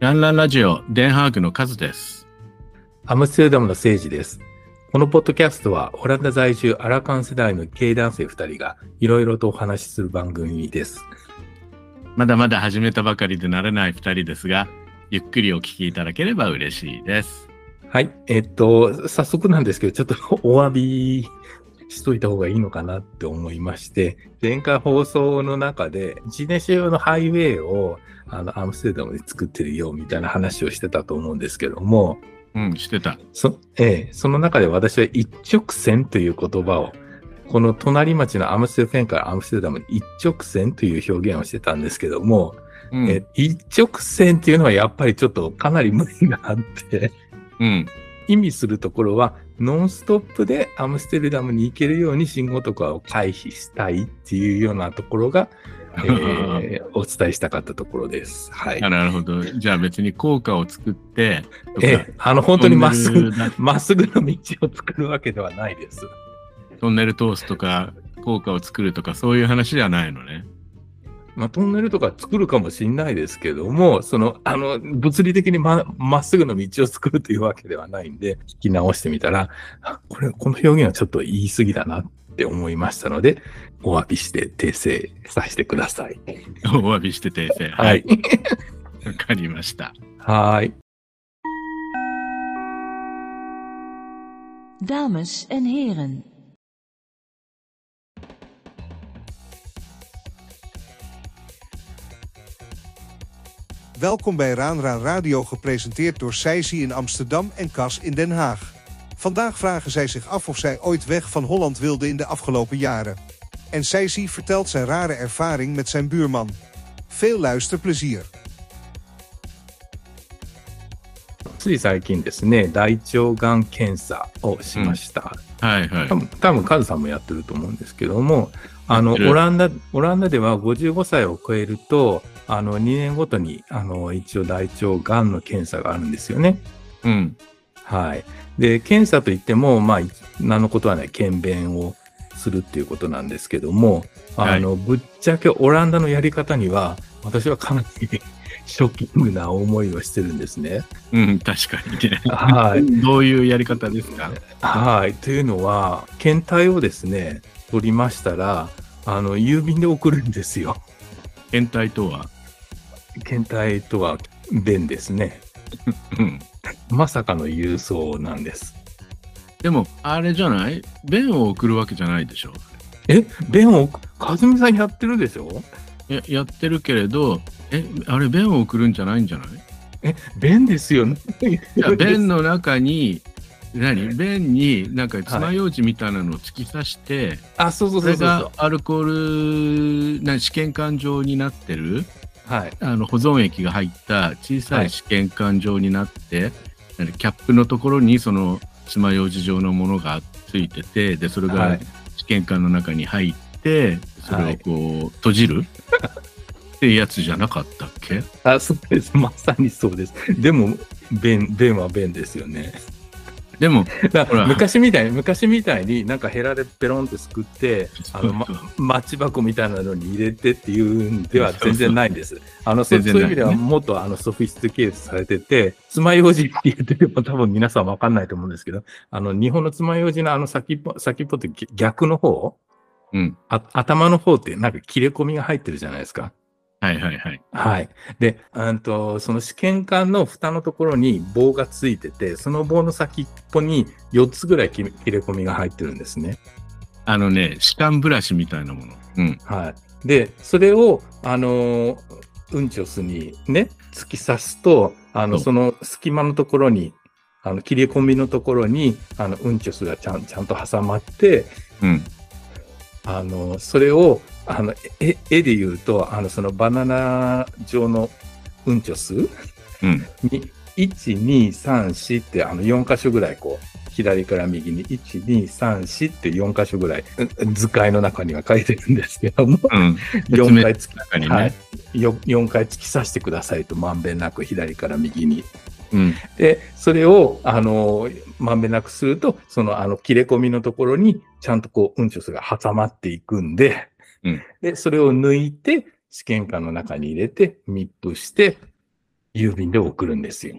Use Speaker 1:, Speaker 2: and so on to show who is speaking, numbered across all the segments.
Speaker 1: ランランラジオ、デンハーグのカズです。
Speaker 2: アムステルダムの聖司です。このポッドキャストは、オランダ在住アラカン世代のゲイ男性2人が、いろいろとお話しする番組です。
Speaker 1: まだまだ始めたばかりで慣れない二人ですが、ゆっくりお聞きいただければ嬉しいです。
Speaker 2: はい。えっと、早速なんですけど、ちょっと お詫びしといた方がいいのかなって思いまして、前回放送の中で、ジネシア用のハイウェイを、あの、アムステルダムで作ってるよ、みたいな話をしてたと思うんですけども、
Speaker 1: うん、してた。
Speaker 2: そええ、その中で私は一直線という言葉を、この隣町のアムステルフェンからアムステルダムに一直線という表現をしてたんですけども、
Speaker 1: うん、
Speaker 2: え一直線っていうのはやっぱりちょっとかなり無理があって、
Speaker 1: うん、
Speaker 2: 意味するところはノンストップでアムステルダムに行けるように信号とかを回避したいっていうようなところが、ええお伝えしたかったところです。はい。
Speaker 1: あなるほど。じゃあ別に効果を作って、とか
Speaker 2: ええ、あの本当にまっす
Speaker 1: トンネ
Speaker 2: ぐ、
Speaker 1: ルだ
Speaker 2: まっすぐの道を作るわけではないです。
Speaker 1: トンネル通すとか、効果を作るとか、そういう話じゃないのね。
Speaker 2: まあ、トンネルとか作るかもしれないですけども、その、あの、物理的にま、まっすぐの道を作るというわけではないんで、聞き直してみたら、あこれ、この表現はちょっと言い過ぎだなって思いましたので、お詫びして訂正させてください。
Speaker 1: お詫びして訂正。
Speaker 2: はい。。
Speaker 1: わかりました。
Speaker 2: はい。
Speaker 3: Dames en heren.
Speaker 4: Welkom bij Raan Raan Radio, gepresenteerd door Seisi in Amsterdam en Cas in Den Haag. Vandaag vragen zij zich af of zij ooit weg van Holland wilde in de afgelopen jaren. En Seisi vertelt zijn rare ervaring met zijn buurman. Veel luisterplezier.
Speaker 2: つい最近ですね、大腸がん検査をしました。
Speaker 1: はいはい
Speaker 2: 多。分、多分カズさんもやってると思うんですけども、あの、
Speaker 1: やってる
Speaker 2: オランダ、オランダでは55歳を超えると、あの、2年ごとに、あの、一応大腸がんの検査があるんですよね。
Speaker 1: うん、
Speaker 2: はい。で、検査といっても、まあ、何のことはない、検便をするっていうことなんですけども、あの、ぶっちゃけオランダのやり方には、私はかなり ショッキングな思いをしてるんです ね。
Speaker 1: うん、確かにね。
Speaker 2: はい。
Speaker 1: どういうやり方ですか
Speaker 2: はい。というのは、検体をですね、取りましたら、あの、郵便で送るんですよ。
Speaker 1: 検体とは。
Speaker 2: 検体とは、便ですね。
Speaker 1: うん。
Speaker 2: まさかの郵送なんです。
Speaker 1: でも、あれじゃない便を送るわけじゃないでしょ
Speaker 2: え、便を、かずみさんやってるでしょ
Speaker 1: ややってるけれど、え、あれ、便を送るんじゃないんじゃない
Speaker 2: え、便ですよ。
Speaker 1: い や、便の中に、何便に、なんか爪楊枝みたいなのを突き刺して、
Speaker 2: あ、そうそう
Speaker 1: そ
Speaker 2: そう
Speaker 1: れ
Speaker 2: そう
Speaker 1: がアルコール、な試験管状になってる、
Speaker 2: はい。
Speaker 1: あの保存液が入った小さ
Speaker 2: はいい
Speaker 1: 試験管状になって、何キャップのところにその爪楊枝状のものがついてて、で、それ
Speaker 2: は
Speaker 1: が
Speaker 2: い
Speaker 1: 試験管の中に入って、それをこう、閉じ るっていうやつじゃなかったっけ
Speaker 2: あ、そうです。まさにそうです。でも、便、便は便ですよね。
Speaker 1: でも、
Speaker 2: だ
Speaker 1: ほら
Speaker 2: 昔みたいに、昔みたいになんかヘラでペロンってすくって、あの、ま
Speaker 1: そうそう
Speaker 2: マッチ箱みたいなのに入れてっていうんでは全然ないんです。あの、そ
Speaker 1: 全然
Speaker 2: そういう
Speaker 1: ない
Speaker 2: 意味ではもっとあのソフィスティケートされてて、爪楊枝って言ってても多分皆さんわかんないと思うんですけど、あの、日本の爪楊枝のあの先っぽ、先っぽって逆の方
Speaker 1: うん。
Speaker 2: あ頭の方ってなんか切れ込みが入ってるじゃないですか。
Speaker 1: はいはいはい。
Speaker 2: はい。で、うんと、その試験管の蓋のところに棒がついてて、その棒の先っぽに4つぐらい切れ切れ込みが入ってるんですね。
Speaker 1: あのね、歯間ブラシみたいなもの。うん。
Speaker 2: はい。で、それを、あのーうんちを巣にね、突き刺すと、あの、
Speaker 1: そう
Speaker 2: その隙間のところに、あの、切り込みのところに、あの、うんちを巣がちゃん、ちゃんと挟まって、
Speaker 1: うん。
Speaker 2: あの、それを、あの、え、絵で言うと、あの、そのバナナ状のうんちを巣
Speaker 1: うん。
Speaker 2: に、1、2、3、4って、あの、4箇所ぐらい、こう、左から右に、1、2、3、4って4箇所ぐらい、うん図解の中には書いてるんですけども、
Speaker 1: うん。 説
Speaker 2: 4
Speaker 1: 明
Speaker 2: 回突き
Speaker 1: の中にね。
Speaker 2: はい、よ4回突き刺してくださいとまんべんなく左から右に。
Speaker 1: うん。
Speaker 2: でそれをあのまんべんなくするとそのあの切れ込みのところにちゃんとこううんちょすが挟まっていくんで,、
Speaker 1: うん
Speaker 2: でそれを抜いて試験管の中に入れて密封して郵便で送るんですよ。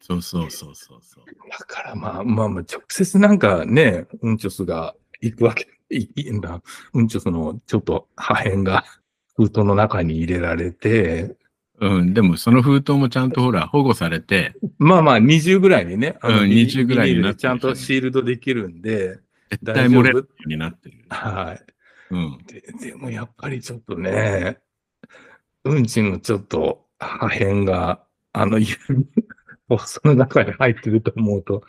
Speaker 1: そうそうそうそうそう。
Speaker 2: だからまあまあまあ、直接なんかね、うんちょすが行くわけ、いいんだ。うんちょすのちょっと破片が封筒の中に入れられて、
Speaker 1: うん、でもその封筒もちゃんとほら、保護されて、
Speaker 2: まあまあ20ぐらいにね、あの
Speaker 1: うん20ぐらいに
Speaker 2: ビニール
Speaker 1: なっ
Speaker 2: で
Speaker 1: て
Speaker 2: ちゃんとシールドできるんで、
Speaker 1: 絶
Speaker 2: 大
Speaker 1: 対
Speaker 2: 丈夫
Speaker 1: 漏れるようになってる。
Speaker 2: はい。
Speaker 1: うん。
Speaker 2: ででもやっぱりちょっとね、うんちのちょっと破片が、あの指、お その中に入ってると思うと、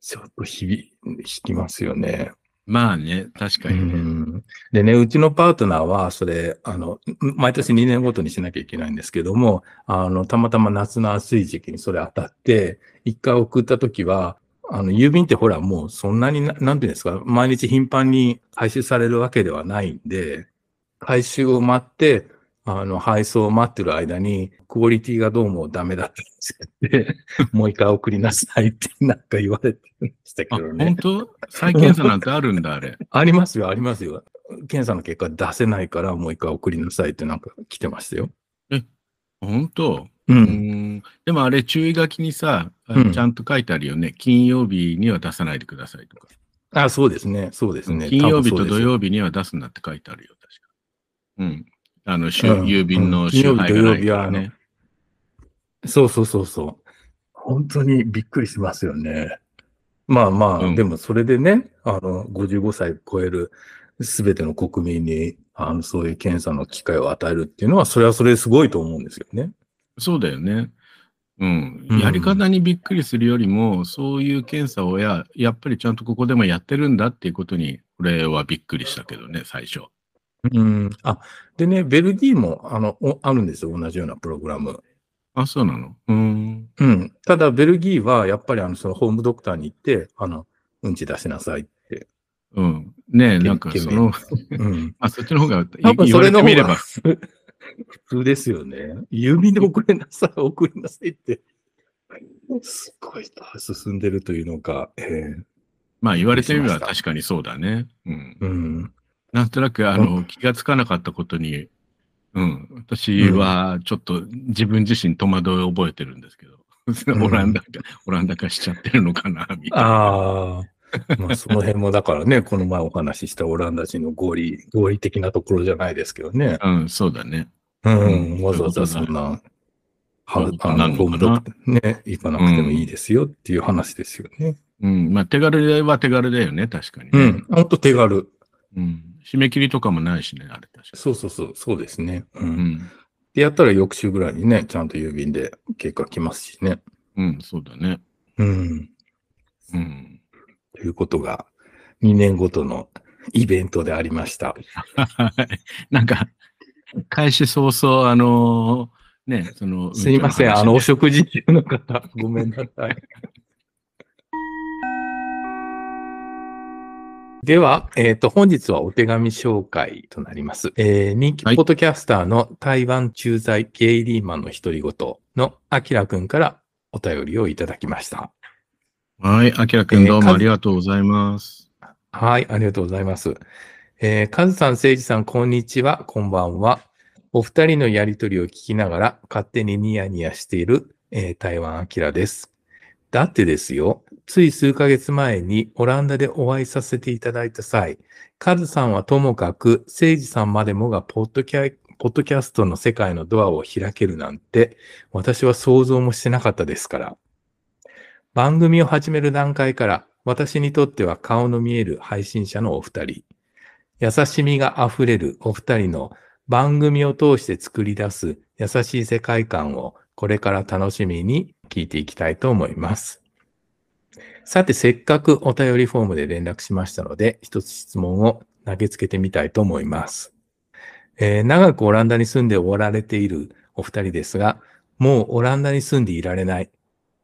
Speaker 2: ちょっと響響きますよね。
Speaker 1: まあね、確か
Speaker 2: う
Speaker 1: にね。
Speaker 2: んでね、うちのパートナーは、それ、あの、ん毎年2年ごとにしなきゃいけないんですけども、あの、たまたま夏の暑い時期にそれ当たって、一回送った時は、あの、郵便ってほら、もうそんなにな、なんていうんですか、毎日頻繁に回収されるわけではないんで、回収を待って、あの、配送を待ってる間に、クオリティがどうもダメだったんですって、 もう一回送りなさいってなんか言われてましたけ
Speaker 1: あ、
Speaker 2: どね。
Speaker 1: 本当再検査なんてあるんだ、あれ。
Speaker 2: ありますよ、ありますよ。検査の結果出せないから、もう一回送りなさいってなんか来てましたよ。
Speaker 1: 本当う
Speaker 2: う。
Speaker 1: んん。でもあれ、注意書きにさ、あ
Speaker 2: うん
Speaker 1: ちゃんと書いてあるよね。金曜日には出さないでくださいとか。
Speaker 2: あ、そうですね、そうですね。
Speaker 1: 金曜日と土
Speaker 2: 日
Speaker 1: 曜日には出すなって書いてあるよ、確か。うん。あの、週
Speaker 2: うん
Speaker 1: 郵便の
Speaker 2: 金
Speaker 1: 週
Speaker 2: 曜日
Speaker 1: 配がない
Speaker 2: 土曜日
Speaker 1: か
Speaker 2: はあ
Speaker 1: ら
Speaker 2: の
Speaker 1: ね。
Speaker 2: そうそうそうそう。本当にびっくりしますよね。まあまあ、
Speaker 1: うん
Speaker 2: でもそれでね、あの、55歳超えるすべての国民に、あの、そういう検査の機会を与えるっていうのは、それはそれですごいと思うんですよね。
Speaker 1: そうだよね。うん
Speaker 2: うん。
Speaker 1: やり方にびっくりするよりも、そういう検査をや、やっぱりちゃんとここでもやってるんだっていうことに、これはびっくりしたけどね、最初。
Speaker 2: うん。あ、でね、ベルギーも、あの、おあるんですよ。同じようなプログラム。
Speaker 1: あ、そうなのうん。
Speaker 2: うん。ただ、ベルギーは、やっぱり、あの、その、ホームドクターに行って、あの、うんち出しなさいって。
Speaker 1: うん。ねえ、なんか
Speaker 2: け
Speaker 1: その、
Speaker 2: うん。
Speaker 1: あ、そっちの方が、
Speaker 2: 多分、
Speaker 1: 言
Speaker 2: そ
Speaker 1: わ
Speaker 2: れの
Speaker 1: てみ
Speaker 2: 方
Speaker 1: れ
Speaker 2: が
Speaker 1: ば、
Speaker 2: 普通普通ですよね。郵便で送れなさい、 送りなさいって。すごい、進んでるというのか。えー
Speaker 1: まあ言われてみれ
Speaker 2: し
Speaker 1: ば
Speaker 2: ました
Speaker 1: 確かにそうだね。うん。
Speaker 2: うん。
Speaker 1: なんとなく、あの、気がつかなかったことに、うん。私は、ちょっと自分自身戸惑いを覚えてるんですけど、
Speaker 2: ん
Speaker 1: オランダ化、オランダ化しちゃってるのかな、みたいな。
Speaker 2: ああ。まあ、その辺も、だからね、この前お話ししたオランダ人の合理、合理的なところじゃないですけどね。
Speaker 1: うん、そうだね。
Speaker 2: うん、わざわざそんな、は
Speaker 1: そういうこと
Speaker 2: あ
Speaker 1: になる
Speaker 2: の、
Speaker 1: の
Speaker 2: ホー
Speaker 1: か
Speaker 2: ム
Speaker 1: な
Speaker 2: ドクね、行かなくてもいいですよっていう話ですよね。
Speaker 1: うん。まあ、手軽では手軽だよね、確かに、
Speaker 2: う
Speaker 1: ね
Speaker 2: ん、ほんと手軽。
Speaker 1: うん締め切りとかもないしね、あれ確か
Speaker 2: そうそうそう、そうですね。う。
Speaker 1: に。うんん。
Speaker 2: でやったら翌週ぐらいにね、ちゃんと郵便で結果来ますしね。
Speaker 1: うん、そうだね。
Speaker 2: うん。
Speaker 1: うん。
Speaker 2: ということが、2年ごとのイベントでありまし
Speaker 1: は
Speaker 2: た。
Speaker 1: い なんか、開始早々、あのーね、その、
Speaker 2: すいませ、
Speaker 1: うんち
Speaker 2: あ
Speaker 1: の
Speaker 2: の、お
Speaker 1: 話
Speaker 2: 食事中の方、 ごめんなさい。では、えっ、と、本日はお手紙紹介となります。えー人気ポ
Speaker 1: はい
Speaker 2: ッドキャスターの台湾駐在ゲイリーマンの独り言のアキラくんからお便りをいただきました。
Speaker 1: はい、あきらくんどう
Speaker 2: えー
Speaker 1: も
Speaker 2: か
Speaker 1: ありがとうございます。
Speaker 2: はい、ありがとうございます。えーカズさん、セイジさん、こんにちは、こんばんは。お二人のやりとりを聞きながら、勝手にニヤニヤしている、えー台湾アキラです。だってですよ、つい数ヶ月前にオランダでお会いさせていただいた際、カズさんはともかく、セイジさんまでもがポッドキャポッドキャストの世界のドアを開けるなんて、私は想像もしてなかったですから。番組を始める段階から、私にとっては顔の見える配信者のお二人。優しみがあふれるお二人の番組を通して作り出す優しい世界観をこれから楽しみに聞いていきたいと思います。さて、せっかくお便りフォームで連絡しましたので、一つ質問を投げつけてみたいと思います。えー長くオランダに住んでおられているお二人ですが、もうオランダに住んでいられない。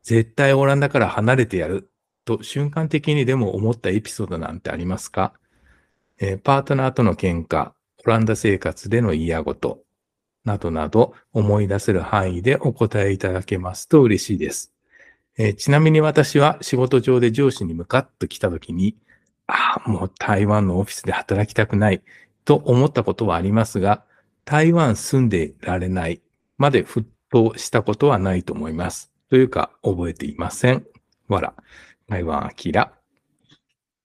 Speaker 2: 絶対オランダから離れてやると瞬間的にでも思ったエピソードなんてありますか、えーパートナーとの喧嘩、オランダ生活での嫌ごとなどなど思い出せる範囲でお答えいただけますと嬉しいです。えーちなみに私は仕事上で上司に向かっと来た時に、ああ、もう台湾のオフィスで働きたくないと思ったことはありますが、台湾住んでられないまでふとしたことはないと思います。というか、覚えていません。わら。台湾アキラ。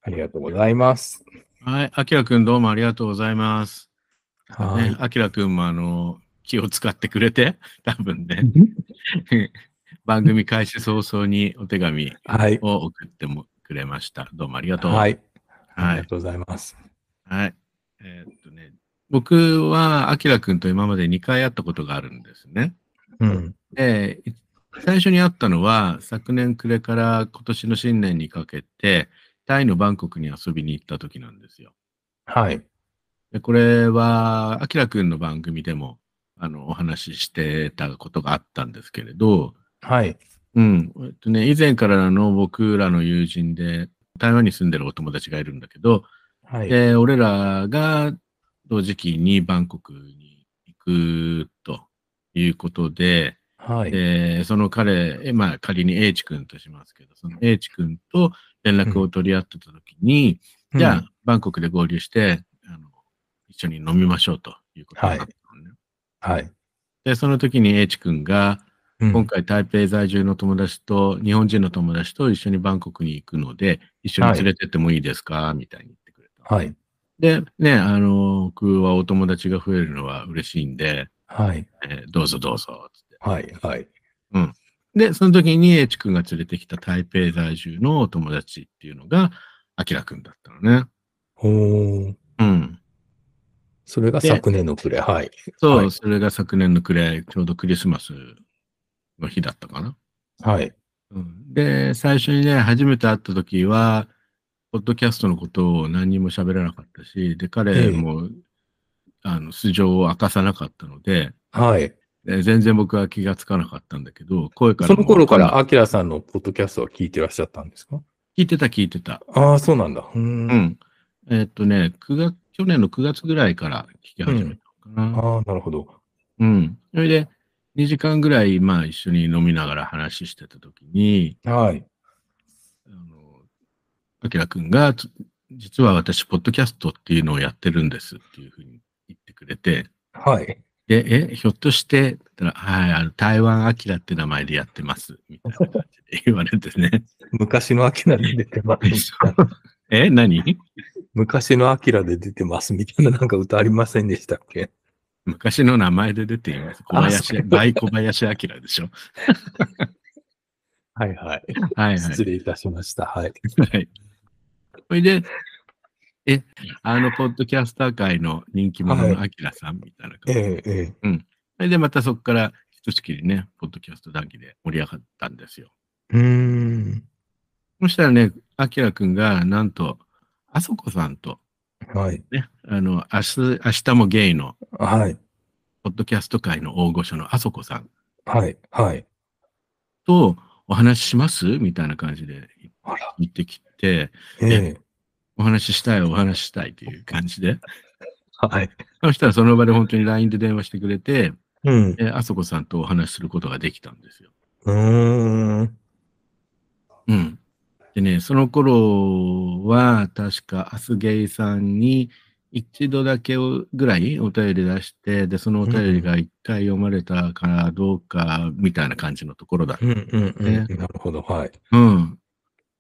Speaker 2: ありがとうございます。
Speaker 1: はい。あきらくんどうもありがとうございます。
Speaker 2: は
Speaker 1: ね
Speaker 2: い。
Speaker 1: あきらくんもあの、気を使ってくれて、 多分 ね、番組開始早々にお手紙
Speaker 2: はい。
Speaker 1: を送ってもくれました。どうもありがとう。。
Speaker 2: はいい。ありがとうございます。
Speaker 1: はい。えーっとね、僕はあきらくんと今まで2回会ったことがあるんですね。
Speaker 2: うん。
Speaker 1: で、い最初に会ったのは、昨年暮れから今年の新年にかけて、タイのバンコクに遊びに行った時なんですよ。
Speaker 2: はい。
Speaker 1: でこれは、あきらくんの番組でも、あの、お話ししてたことがあったんですけれど、
Speaker 2: はい。
Speaker 1: うん。えっとね、以前からの僕らの友人で、台湾に住んでるお友達がいるんだけど、
Speaker 2: はい。
Speaker 1: で、俺らが同時期にバンコクに行くということで、
Speaker 2: はい。
Speaker 1: で、その彼、えまあ仮に H 君としますけど、その H 君と連絡を取り合ってた時に、じゃあ、バンコクで合流してあの、一緒に飲みましょうということになったのね。
Speaker 2: あ、はい。
Speaker 1: で、その時に H 君が、
Speaker 2: うん
Speaker 1: 今回台北在住の友達と、日本人の友達と一緒にバンコクに行くので、一緒に連れてってもいいですか、みたいに言ってくれた。
Speaker 2: はい。
Speaker 1: で、ね、あの、僕はお友達が増えるのは嬉しいんで、
Speaker 2: はい。
Speaker 1: えーどうぞどうぞ、つって。
Speaker 2: はい。はい。
Speaker 1: で、その時に H 君が連れてきた台北在住のお友達っていうのが、あきらくんだったのね。
Speaker 2: おー。
Speaker 1: うん。
Speaker 2: それが
Speaker 1: で
Speaker 2: 昨年の暮れ。はい。
Speaker 1: そう、
Speaker 2: はい
Speaker 1: それが昨年の暮れ、ちょうどクリスマスの日だったかな。
Speaker 2: はい。
Speaker 1: うん、で、最初にね、初めて会った時は、ポッドキャストのことを何にも喋らなかったし、で、彼も、あの、素性を明かさなかったので、
Speaker 2: はい。
Speaker 1: で全然僕は気がつかなかったんだけど、声から
Speaker 2: その頃か
Speaker 1: も
Speaker 2: ら、アキラさんのポッドキャストを聞いてらっしゃったんですか
Speaker 1: 聞いてた聞いてた。
Speaker 2: ああ、そうなんだ。うーん。
Speaker 1: うん。えーっとね、9月、去年の9月ぐらいから聞き始めたのかな。
Speaker 2: ああ、なるほど。
Speaker 1: うん。それで、2時間ぐらい、まあ、一緒に飲みながら話してた時に、
Speaker 2: はい。
Speaker 1: あの、あきらくんが、つ実は私、ポッドキャストっていうのをやってるんですっていうふうに言ってくれて、
Speaker 2: はい。
Speaker 1: で、え、ひょっとして、って言ったら、はい、あの、台湾あきらって名前でやってます、みたいな感じで言われて ね。
Speaker 2: 昔のアキラで出てます。
Speaker 1: え、何
Speaker 2: 昔のアキラで出てます。みたいななんか歌ありませんでしたっけ
Speaker 1: 昔の名前で出ています。小
Speaker 2: あそ
Speaker 1: 林、
Speaker 2: う
Speaker 1: 大小林明でしょ。
Speaker 2: はいはい。
Speaker 1: はいはい
Speaker 2: 失。礼いたしました。はい。
Speaker 1: はい。それで、え、あの、ポッドキャスター界の人気者の
Speaker 2: は
Speaker 1: アキラさんみたいな感
Speaker 2: え
Speaker 1: じ。
Speaker 2: え、ええ。
Speaker 1: それで、またそこから、ひとしきりね、ポッドキャスト談義で盛り上がったんですよ。
Speaker 2: うーん。
Speaker 1: そしたらね、アキラくんが、なんと、あそこさんと、
Speaker 2: はい。
Speaker 1: ね、あの、明日、明日もゲイの、
Speaker 2: はい。
Speaker 1: ポッドキャスト界の大御所のあそこさん
Speaker 2: はい。はい。
Speaker 1: とお話ししますみたいな感じで
Speaker 2: あら。
Speaker 1: 言ってきて、
Speaker 2: ええ。
Speaker 1: お話ししたい、お話ししたいという感じで。
Speaker 2: はい。
Speaker 1: そしたらその場で本当に LINE で電話してくれて、
Speaker 2: うん。
Speaker 1: えーあそこさんとお話しすることができたんですよ。
Speaker 2: うーん。
Speaker 1: うん。でね、その頃は、確か、アスゲイさんに一度だけをぐらいお便り出して、で、そのお便りが一回読まれたかどうか、みたいな感じのところだ。
Speaker 2: うんうん
Speaker 1: ね
Speaker 2: うん。なるほど。はい。
Speaker 1: うん。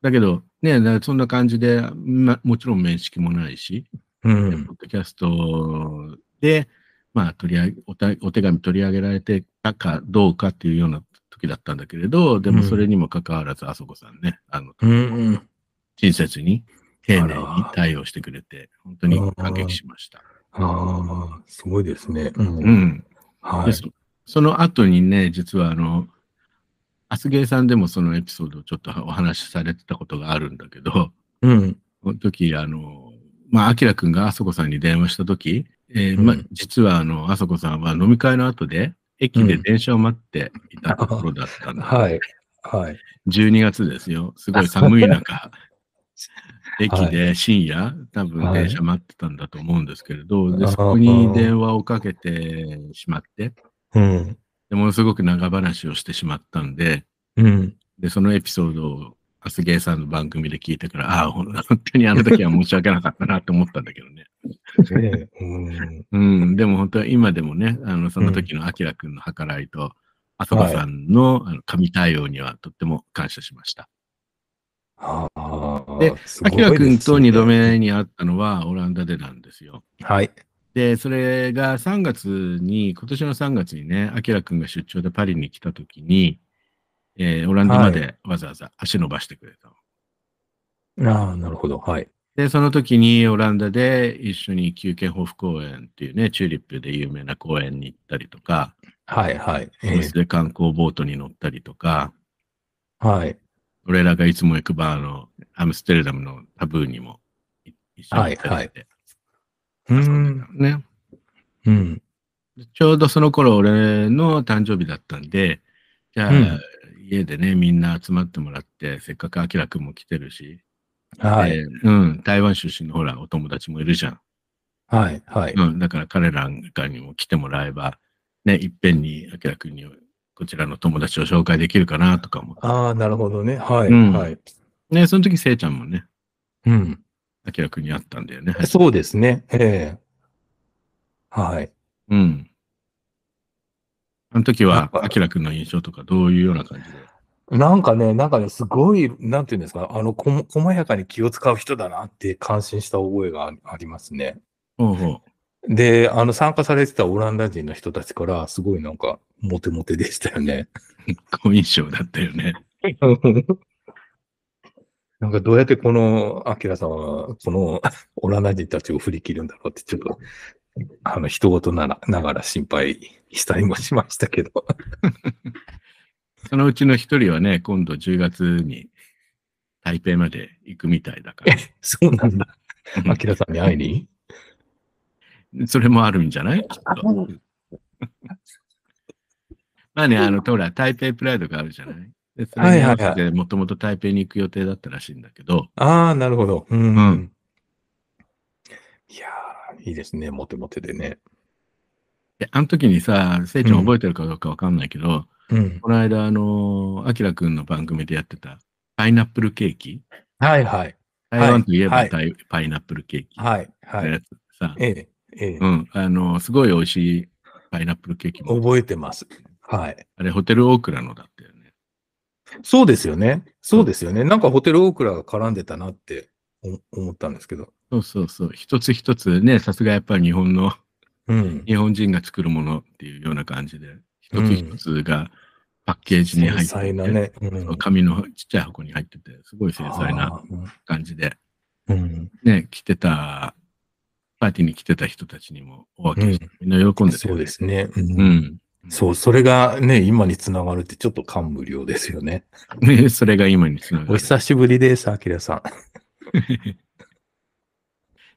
Speaker 1: だけど、ね、だそんな感じで、まもちろん面識もないし、
Speaker 2: う
Speaker 1: ポ
Speaker 2: ん
Speaker 1: ッ。ドキャストで、まあ、取り上げおたお手紙取り上げられてたかどうかっていうような時だったんだけれど、で
Speaker 2: う
Speaker 1: も
Speaker 2: ん
Speaker 1: それにもかかわらず、あそこさんね、あの、
Speaker 2: うん。
Speaker 1: 親切に、丁寧
Speaker 2: あ
Speaker 1: に
Speaker 2: ら
Speaker 1: 対応してくれて、本当に感激しました。
Speaker 2: ああ、すごいですね。
Speaker 1: う
Speaker 2: う。
Speaker 1: んん。
Speaker 2: は
Speaker 1: で
Speaker 2: い。
Speaker 1: そその後にね、実はあの、アスゲーさんでもそのエピソードをちょっとお話しされてたことがあるんだけど、
Speaker 2: うん。
Speaker 1: その時、あの、まあ、アキラくんがあそこさんに電話した時、えー
Speaker 2: うん
Speaker 1: まあ、実はあの、あそこさんは飲み会の後で、駅で電車を待っていたところだったんだ。
Speaker 2: はい。はい。
Speaker 1: 12月ですよ。すごい寒い 中、駅で深夜、多分
Speaker 2: はい
Speaker 1: 電車待ってたんだと思うんですけれど、で
Speaker 2: あー
Speaker 1: そこに電話をかけてしまって、
Speaker 2: うん。
Speaker 1: でものすごく長話をしてしまったんで、
Speaker 2: うん。
Speaker 1: で、そのエピソードを、アスゲーさんの番組で聞いてから、ああ、ほん 本当にあの時は申し訳なかったなって思ったんだけどね。
Speaker 2: うん。
Speaker 1: うん、でも本当は今でもね、あの、その時のアキラくんの計らいと、浅田さんのあの神対応にはとっても感謝しました。
Speaker 2: ああ
Speaker 1: で、アキラ君と2度目に会ったのはオランダでなんですよ。
Speaker 2: はい。
Speaker 1: で、それが3月に、今年の3月にね、アキラ君が出張でパリに来た時に、えーオランダまでわざわざ足伸ばしてくれたの。
Speaker 2: ああ、なるほど。はい。
Speaker 1: で、その時にオランダで一緒に休憩ホフ公園っていうね、チューリップで有名な公園に行ったりとか、
Speaker 2: はい、はい。え
Speaker 1: そ
Speaker 2: え
Speaker 1: しで観光ボートに乗ったりとか、
Speaker 2: はい。
Speaker 1: 俺らがいつも行くバーのアムステルダムのタブーにもい一緒に行ったりして
Speaker 2: う
Speaker 1: 遊んで
Speaker 2: ん
Speaker 1: た。のね。
Speaker 2: うん。
Speaker 1: ちょうどその頃俺の誕生日だったんで、じゃあ、
Speaker 2: うん
Speaker 1: 家でね、みんな集まってもらって、せっかくアキラくんも来てるし、
Speaker 2: は
Speaker 1: で
Speaker 2: い。
Speaker 1: うん、台湾出身のほら、お友達もいるじゃん。
Speaker 2: はい。はい。
Speaker 1: うん、だから彼らなんかにも来てもらえば、ね、いっぺんにアキラくんにこちらの友達を紹介できるかなとか思って。
Speaker 2: ああ、なるほどね。はい。
Speaker 1: うん
Speaker 2: はい。
Speaker 1: ね、その時せいちゃんもね、
Speaker 2: うん。
Speaker 1: アキラくんに会ったんだよね。
Speaker 2: そうですね。ええはい。
Speaker 1: うん。あの時は、
Speaker 2: なんか
Speaker 1: アキラくんの印象とかどういうような感じで。
Speaker 2: なんかね、なんかね、すごい、なんていうんですか、あの、こも細やかに気を使う人だなって感心した覚えがあありますね。
Speaker 1: ほうほう。
Speaker 2: で、あの、参加されてたオランダ人の人たちから、すごいなんか、モテモテでしたよね。
Speaker 1: 好印象だったよね。
Speaker 2: なんか、どうやってこの、アキラさんは、この、 オランダ人たちを振り切るんだろうって、ちょっと、あの、人事ならながら心配したりもしましたけど。
Speaker 1: そのうちの一人はね、今度10月に台北まで行くみたいだから。
Speaker 2: そうなんだ。
Speaker 1: うん
Speaker 2: アキラさんに会いに
Speaker 1: それもあるんじゃないきっと。まあね、あの、ほら、台北プライドがあるじゃないでそれに合わ
Speaker 2: は
Speaker 1: せ
Speaker 2: いはい
Speaker 1: て、もともと台北に行く予定だったらしいんだけど、
Speaker 2: ああ、なるほど。うん。
Speaker 1: うん
Speaker 2: いやー、いいですね。モテモテでね。
Speaker 1: であの時にさ、せいちゃん覚えてるかどうかわかんないけど、
Speaker 2: うん。
Speaker 1: この間、あのー、アキラくんの番組でやってた、パイナップルケーキ
Speaker 2: はいはい。
Speaker 1: 台湾といえば
Speaker 2: はい
Speaker 1: タイパイナップルケーキ
Speaker 2: はいは
Speaker 1: のや
Speaker 2: い。
Speaker 1: つさ、
Speaker 2: ええ、ええ
Speaker 1: う。ん、あのー、すごい美味しいパイナップルケーキも、
Speaker 2: 覚えてます。はい。
Speaker 1: あれ、ホテルオークラのだったよね。
Speaker 2: そうですよね。そうですよね。なんかホテルオークラが絡んでたなってお思ったんですけど。
Speaker 1: そうそうそう、一つ一つね、さすがやっぱり日本の、
Speaker 2: うん。
Speaker 1: 日本人が作るものっていうような感じで、一つ一つがパッケージに入
Speaker 2: 繊
Speaker 1: ってて、
Speaker 2: 細なね。うん
Speaker 1: そう紙のちっちゃい箱に入ってて、すごい繊細な
Speaker 2: あー
Speaker 1: 感じで、
Speaker 2: うん。
Speaker 1: ね、来てた、パーティーに来てた人たちにもお分けして、みんな喜んでた
Speaker 2: そ
Speaker 1: よ
Speaker 2: う
Speaker 1: ね
Speaker 2: ですね。う
Speaker 1: うんん。
Speaker 2: そう、それがね、今につながるってちょっと感無量ですよね。
Speaker 1: ね、それが今につなが
Speaker 2: お
Speaker 1: る。
Speaker 2: 久しぶりです、アキラさん。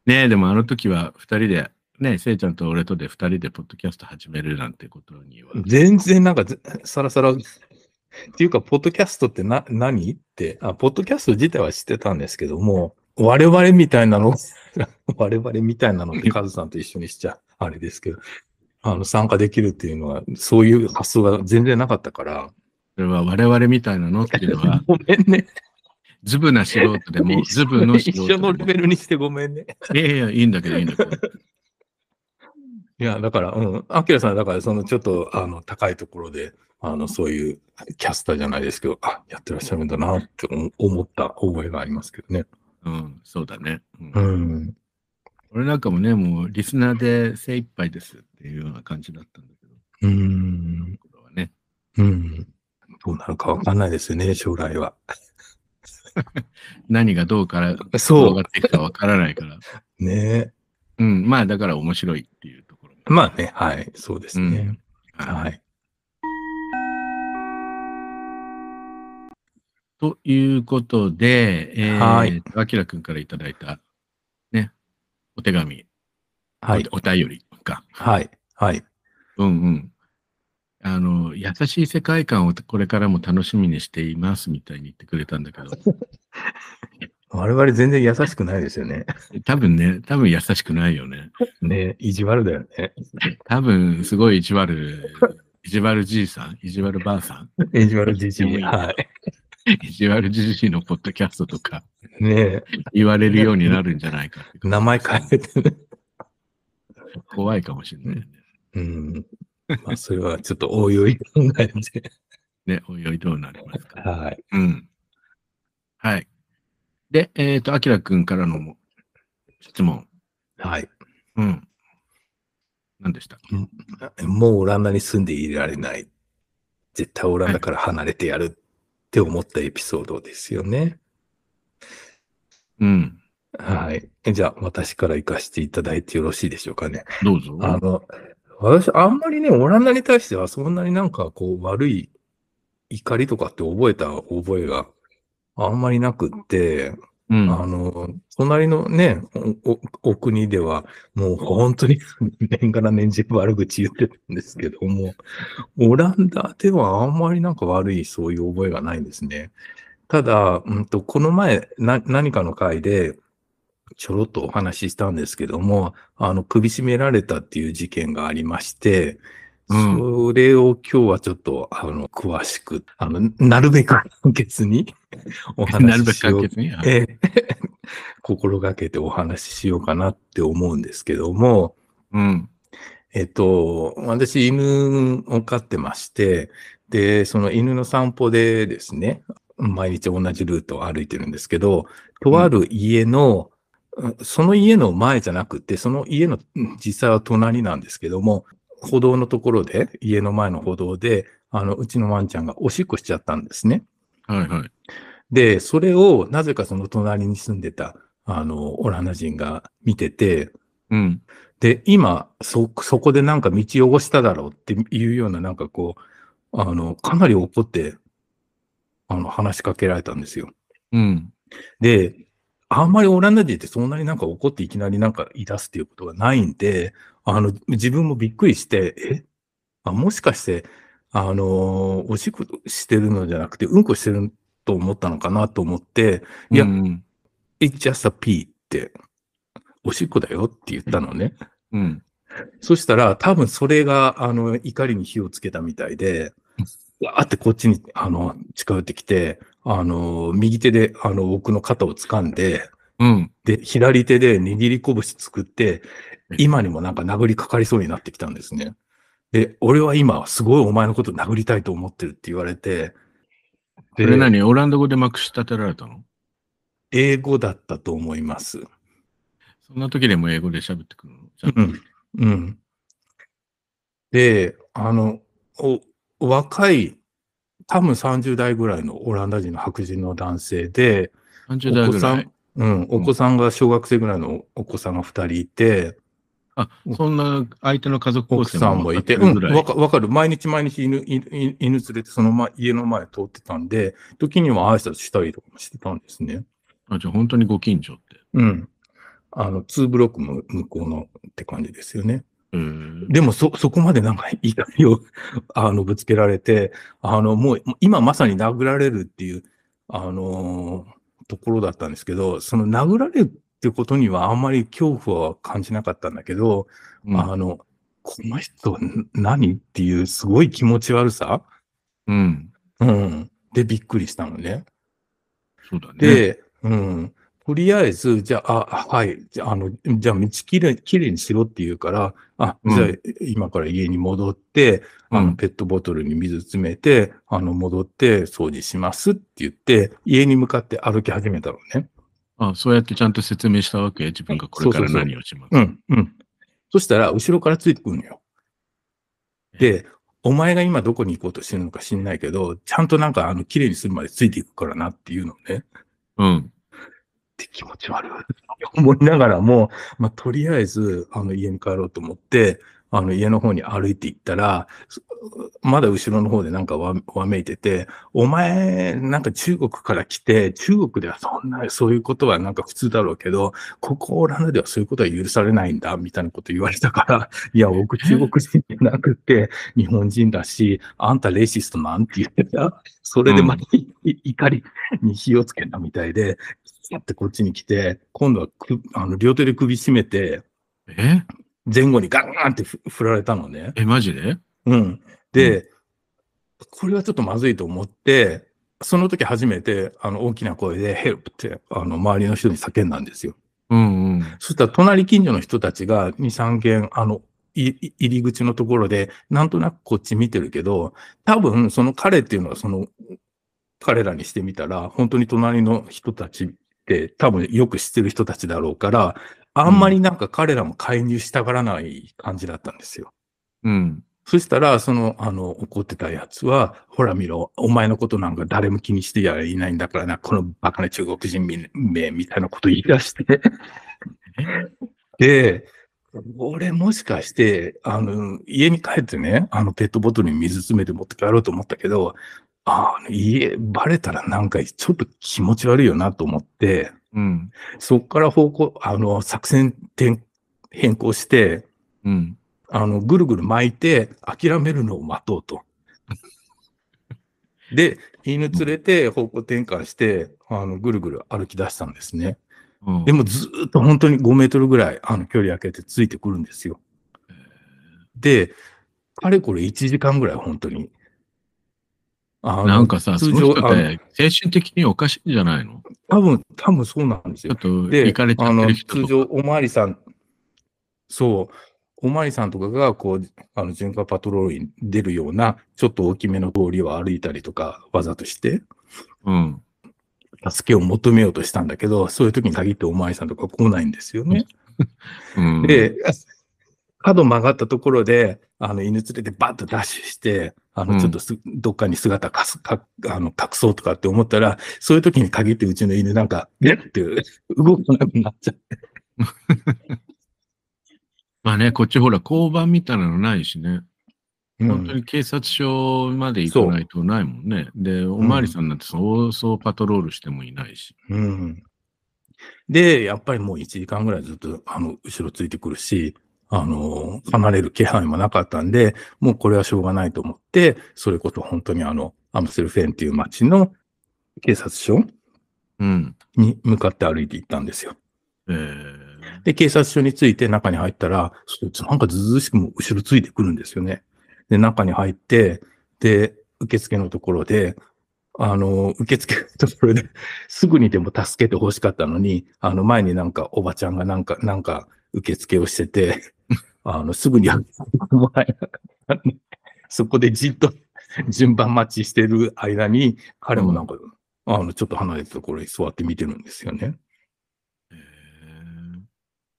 Speaker 1: ねでもあの時は二人で、ね、せいちゃんと俺とで二人でポッドキャスト始めるなんてことには。
Speaker 2: 全然なんかず、さらさら、っていうか、ポッドキャストってな、何って、あ、ポッドキャスト自体は知ってたんですけども、我々みたいなの、 我々みたいなのってカズさんと一緒にしちゃ、あれですけど、あの、参加できるっていうのは、そういう発想が全然なかったから、、
Speaker 1: それは我々みたいなのっていうのは
Speaker 2: ごめんね。
Speaker 1: ズブな素人でも、ズブの素人
Speaker 2: 一
Speaker 1: で
Speaker 2: 緒
Speaker 1: も
Speaker 2: のレベルにしてごめんね。
Speaker 1: いやいや、いいんだけど、いいんだけど。
Speaker 2: いや、だから、うん。アキラさん、だから、その、ちょっと、あの、高いところで、あの、そういうキャスターじゃないですけど、あ、やってらっしゃるんだな、って思思った覚えがありますけどね。
Speaker 1: うん、そうだね。うん
Speaker 2: うん。
Speaker 1: 俺なんかもね、もうリスナーで精一杯ですっていうような感じだったんだけど、
Speaker 2: うん。
Speaker 1: これはね。
Speaker 2: うん。どうなるかわかんないですよね、将来は。
Speaker 1: 何がどうから、
Speaker 2: そう
Speaker 1: 転がっていくかわからない から。
Speaker 2: ね
Speaker 1: うん、まあだから面白いっていうところ。
Speaker 2: まあね、はい、そうですね。
Speaker 1: は
Speaker 2: はいい。
Speaker 1: ということで、え
Speaker 2: は
Speaker 1: ー
Speaker 2: い、
Speaker 1: あきらくんからいただいた、ね、お手紙、
Speaker 2: はい。
Speaker 1: おお便りか。
Speaker 2: はい。はい。
Speaker 1: うんうん。あの、優しい世界観をこれからも楽しみにしていますみたいに言ってくれたんだけど、
Speaker 2: 我々全然優しくないですよね。
Speaker 1: 多分ね、多分優しくないよね。
Speaker 2: ね意地悪だよね。
Speaker 1: 多分、すごい意地悪、意地悪じいさん、意地悪ばあさん、
Speaker 2: 意地悪自身。
Speaker 1: うん
Speaker 2: はい。
Speaker 1: 意地悪じじいのポッドキャストとか
Speaker 2: ねえ
Speaker 1: 言われるようになるんじゃないかって
Speaker 2: 名前変えてね。
Speaker 1: 怖いかもしれないよね。
Speaker 2: うん。まあ、それはちょっとおいおい考えて。
Speaker 1: ね、おいおいどうなりますか。
Speaker 2: はい。
Speaker 1: うん。はい。で、えっ、と、あきらくんからの質問。
Speaker 2: はい。
Speaker 1: うん。何でした
Speaker 2: もうオランダに住んでいられない。絶対オランダから離れてやるって思ったエピソードですよね。
Speaker 1: うん。
Speaker 2: はい。えじゃあ、私から行かせていただいてよろしいでしょうかね。
Speaker 1: どうぞ。
Speaker 2: あの、私、あんまりね、オランダに対してはそんなになんかこう、悪い怒りとかって覚えた覚えがあんまりなくって、
Speaker 1: うん。
Speaker 2: あの、隣のね、お、おお国では、もう本当に年がら年中悪口言ってるんですけども、オランダではあんまりなんか悪いそういう覚えがないんですね。ただ、うんと、この前、な、何かの回で、ちょろっとお話ししたんですけども、あの、首絞められたっていう事件がありまして、
Speaker 1: うん
Speaker 2: それを今日はちょっと、あの、詳しく、あの、なるべく簡潔にお
Speaker 1: なるべ
Speaker 2: 話し
Speaker 1: く
Speaker 2: しよ
Speaker 1: 簡
Speaker 2: う
Speaker 1: 潔に。 はい
Speaker 2: え え心がけてお話ししようかなって思うんですけども、
Speaker 1: うん。
Speaker 2: えっと、私犬を飼ってまして、で、その犬の散歩でですね、毎日同じルートを歩いてるんですけど、とある家の、うんその家の前じゃなくて、その家のうん実際は隣なんですけども、歩道のところで、家の前の歩道で、あの、うちのワンちゃんがおしっこしちゃったんですね。
Speaker 1: はいはい。
Speaker 2: で、それをなぜかその隣に住んでた、あの、オランダ人が見てて、
Speaker 1: うん。
Speaker 2: で、今、そ、そこでなんか道汚しただろうっていうような、なんかこう、あの、かなり怒って、あの、話しかけられたんですよ。
Speaker 1: うん。
Speaker 2: で、あんまりオランダ人ってそんなになんか怒っていきなりなんか言い出すっていうことがないんで、あの、自分もびっくりして、えあもしかして、あのーおしっこしてるのじゃなくて、うんこしてると思ったのかなと思って、いや
Speaker 1: うん。
Speaker 2: It's just a pee って、おしっこだよって言ったのね。
Speaker 1: うん。
Speaker 2: そしたら、多分それが、あの、怒りに火をつけたみたいで、わーってこっちに、あの、近寄ってきて、あの、右手で、あの、僕の肩を掴んで、
Speaker 1: うん。
Speaker 2: で、左手で握り拳作って、今にもなんか殴りかかりそうになってきたんですね。で、俺は今、すごいお前のこと殴りたいと思ってるって言われて、
Speaker 1: こ
Speaker 2: で
Speaker 1: れ何オランダ語でまくし立てられたの
Speaker 2: 英語だったと思います。
Speaker 1: そんな時でも英語で喋ってくるのじゃあ
Speaker 2: うん。うん。で、あの、お、若い、多分30代ぐらいのオランダ人の白人の男性で、
Speaker 1: 30代
Speaker 2: お子
Speaker 1: ぐ
Speaker 2: さ
Speaker 1: らい
Speaker 2: ん。、うん、お子さんが小学生ぐらいのお子さんが2人いて、
Speaker 1: あ、そんな相手の家族構
Speaker 2: 奥
Speaker 1: 成
Speaker 2: さんもいて、
Speaker 1: 分か
Speaker 2: う
Speaker 1: っ
Speaker 2: ん、
Speaker 1: るぐらい
Speaker 2: わかわかる。毎日毎日犬、犬犬犬連れてその、ま、家の前通ってたんで、時には挨拶したりとかもしてたんですね。
Speaker 1: あじゃあ本当にご近所って。
Speaker 2: うん。あの、2ブロックも向こうのって感じですよね。
Speaker 1: うーん
Speaker 2: でもそ、そこまでなんか怒りを あのぶつけられて、あの、もう今まさに殴られるっていう、あのーところだったんですけど、その殴られるっていうことにはあんまり恐怖は感じなかったんだけど、
Speaker 1: うん
Speaker 2: あの、この人ん何っていうすごい気持ち悪さ
Speaker 1: うん。
Speaker 2: うん。で、びっくりしたのね。
Speaker 1: そうだね。
Speaker 2: で、うん。とりあえず、じゃあ、あはい。じゃあ、あの、じゃあ、道きれい、きれいにしろって言うから、あ、
Speaker 1: うん
Speaker 2: じゃあ、今から家に戻って、
Speaker 1: うん
Speaker 2: あの、ペットボトルに水詰めて、あの、戻って掃除しますって言って、家に向かって歩き始めたのね。
Speaker 1: あそうやってちゃんと説明したわけ自分がこれから何をします。
Speaker 2: うん、うん。そしたら、後ろからついてくるのよ。で、お前が今どこに行こうとしてるのか知んないけど、ちゃんとなんか、あの、綺麗にするまでついていくからなっていうのね。
Speaker 1: うん。
Speaker 2: って気持ち悪い思いながらも、まあ、とりあえず、あの、家に帰ろうと思って、あの、家の方に歩いて行ったら、そまだ後ろの方でなんかわ、わめいてて、お前、なんか中国から来て、中国ではそんな、そういうことはなんか普通だろうけど、ここオランダではそういうことは許されないんだ、みたいなこと言われたから、いや、僕中国人じゃなくて、日本人だし、あんたレイシストなんて言ってた。それでまた、い怒りに火をつけたみたいで、やってこっちに来て、今度はくあの両手で首絞めて、
Speaker 1: え
Speaker 2: 前後にガンガンってふ振られたのね。
Speaker 1: え、マジで
Speaker 2: うん。で、これはちょっとまずいと思って、その時初めて、あの、大きな声で、ヘルプって、あの、周りの人に叫んだんですよ。
Speaker 1: うんうん。
Speaker 2: そしたら、隣近所の人たちが2、3軒、あの、いい入り口のところで、なんとなくこっち見てるけど、多分その彼っていうのはその、彼らにしてみたら、本当に隣の人たちって多分よく知ってる人たちだろうから、あんまりなんか彼らも介入したがらない感じだったんですよ。
Speaker 1: うん。
Speaker 2: そしたら、その、あの、怒ってたやつは、ほら見ろ、お前のことなんか誰も気にしてやいないんだからな、このバカな中国人みめみたいなこと言い出して。で、俺もしかして、あの、家に帰ってね、あの、ペットボトルに水詰めて持って帰ろうと思ったけど、ああ、家、バレたらなんかちょっと気持ち悪いよなと思って、
Speaker 1: うん。
Speaker 2: そっから方向、あの、作戦転変更して、
Speaker 1: うん。
Speaker 2: あの、ぐるぐる巻いて、諦めるのを待と うと。で、犬連れて方向転換して、あの、ぐるぐる歩き出したんですね。
Speaker 1: うん
Speaker 2: でもずーっと本当に5メートルぐらい、あの、距離開けてついてくるんですよ。で、かれこれ1時間ぐらい本当に。あの
Speaker 1: なんかさ、そ
Speaker 2: 通常
Speaker 1: の人っ
Speaker 2: あの
Speaker 1: て精神的におかしいんじゃないの
Speaker 2: 多分、多分そうなんです
Speaker 1: ち
Speaker 2: よ
Speaker 1: ょっ。と、
Speaker 2: で、
Speaker 1: 行かれちゃ
Speaker 2: あ
Speaker 1: って
Speaker 2: の
Speaker 1: る人
Speaker 2: 通
Speaker 1: と
Speaker 2: 常、おまわりさん、そう、おまわりさんとかが、こう、あの、巡回パトロールに出るような、ちょっと大きめの通りを歩いたりとか、わざとして、
Speaker 1: うん。
Speaker 2: 助けを求めようとしたんだけど、そういう時に限っておまわりさんとか来ないんですよね。
Speaker 1: うん。
Speaker 2: で、角曲がったところで、あの、犬連れてバッとダッシュして、あ
Speaker 1: うん
Speaker 2: の、ちょっとす、どっかに姿かすかあの隠そうとかって思ったら、そういう時に限ってうちの犬なんか、ゲッて動かなくなっちゃって
Speaker 1: まあね、こっちほら、交番みたいなのないしね。
Speaker 2: うん
Speaker 1: 本当に警察署まで行かないとないもんね。で、おまわりさんなんてそうそうパトロールしてもいないし。
Speaker 2: うん。で、やっぱりもう1時間ぐらいずっと、あの、後ろついてくるし、あの、離れる気配もなかったんで、もうこれはしょうがないと思って、それこそ本当にあの、アムステルフェンっていう町の警察署
Speaker 1: うん。
Speaker 2: に向かって歩いて行ったんですよ。
Speaker 1: えー、
Speaker 2: で、警察署に着いて中に入ったら、そいつなんかずうずうしくもう後ろついてくるんですよね。で、中に入って、で、受付のところで、あの、受付のところで、 すぐにでも助けて欲しかったのに、あの、前になんかおばちゃんがなんか、なんか受付をしてて、 あの、すぐに、そこでじっと順番待ちしてる間に、彼もなんか、あの、ちょっと離れたところに座って見てるんですよね。